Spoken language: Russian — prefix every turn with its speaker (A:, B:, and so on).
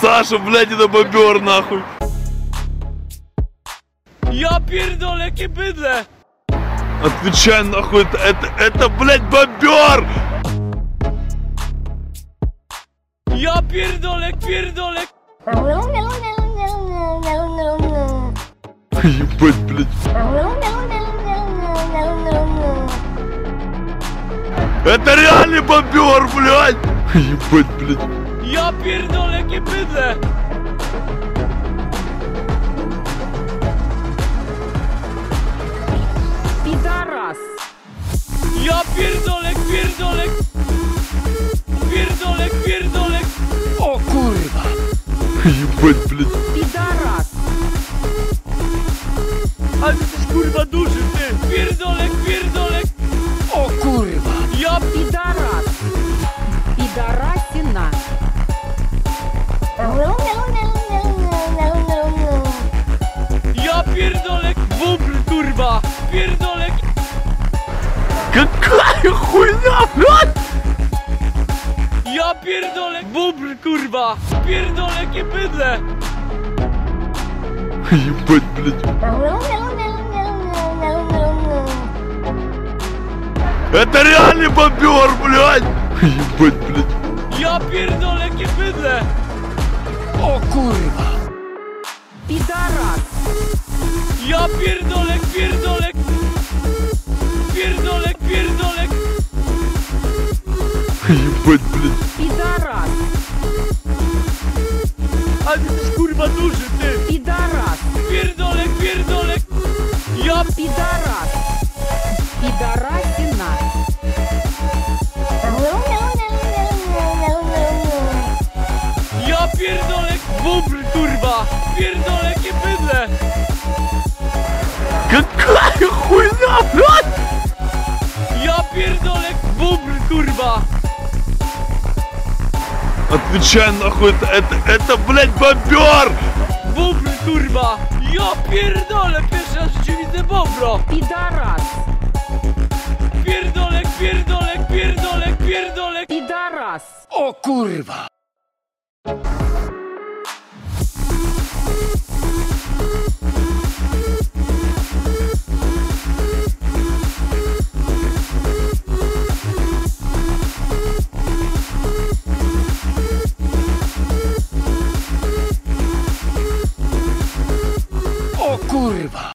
A: Саша, блядь, это бобер, нахуй.
B: Ja pierdolę, jakie bydle!
A: Отвечай, нахуй, это, это, это блядь, бобер!
B: Ja pierdolę, pierdolę!
C: Thank
A: Ебать, блядь.
C: you.
A: Это реальный бобер, блядь! Ебать, блядь.
B: Ja pierdolę, jakie bydle!
D: Пидорас!
B: Ja pierdolę, pierdolę! Pierdolę, pierdolę! O kurwa!
A: Ебать, блядь.
D: Пидорас!
B: Ale jesteś kurwa duży, ty! Pierdolę, pierdolę! O kurwa! Ja
D: Пидорас! Пидорасина!
B: Ja pierdolę! Bubr, kurwa! Pierdolę!
A: Какая хуйня, блядь!
B: Ja pierdolę! Bubr, kurwa! Pierdolę, jakie bydle!
A: Ебать, блядь. Это реальный бобер, блядь! Ебать, блядь.
B: Ja pierdolę, jakie bydle! O kurwa!
D: Пидорас!
B: Ja pierdolę, pierdolę! Pierdolę, pierdolę!
A: Ебать, блядь.
D: Пидорас!
B: Ale jesteś kurwa duży, ty!
D: Пидорас!
B: Pierdolę, pierdolę! Ja
D: Пидорас! Пидорасина!
B: Ja pierdolę bubr, kurwa! Pierdolę jakie bydle!
A: Какая хуйня, блядь!
B: Ja pierdolę bubr, kurwa!
A: Отвечай, нахуй, это, это, это блядь, бобер!
B: Bubr, kurwa! Ja pierdolę! Pierwszy raz w życiu widzę bobro!
D: Пидорас!
B: Pierdolek, pierdolek, pierdolek, pierdolek!
D: Пидорас!
B: O kurwa!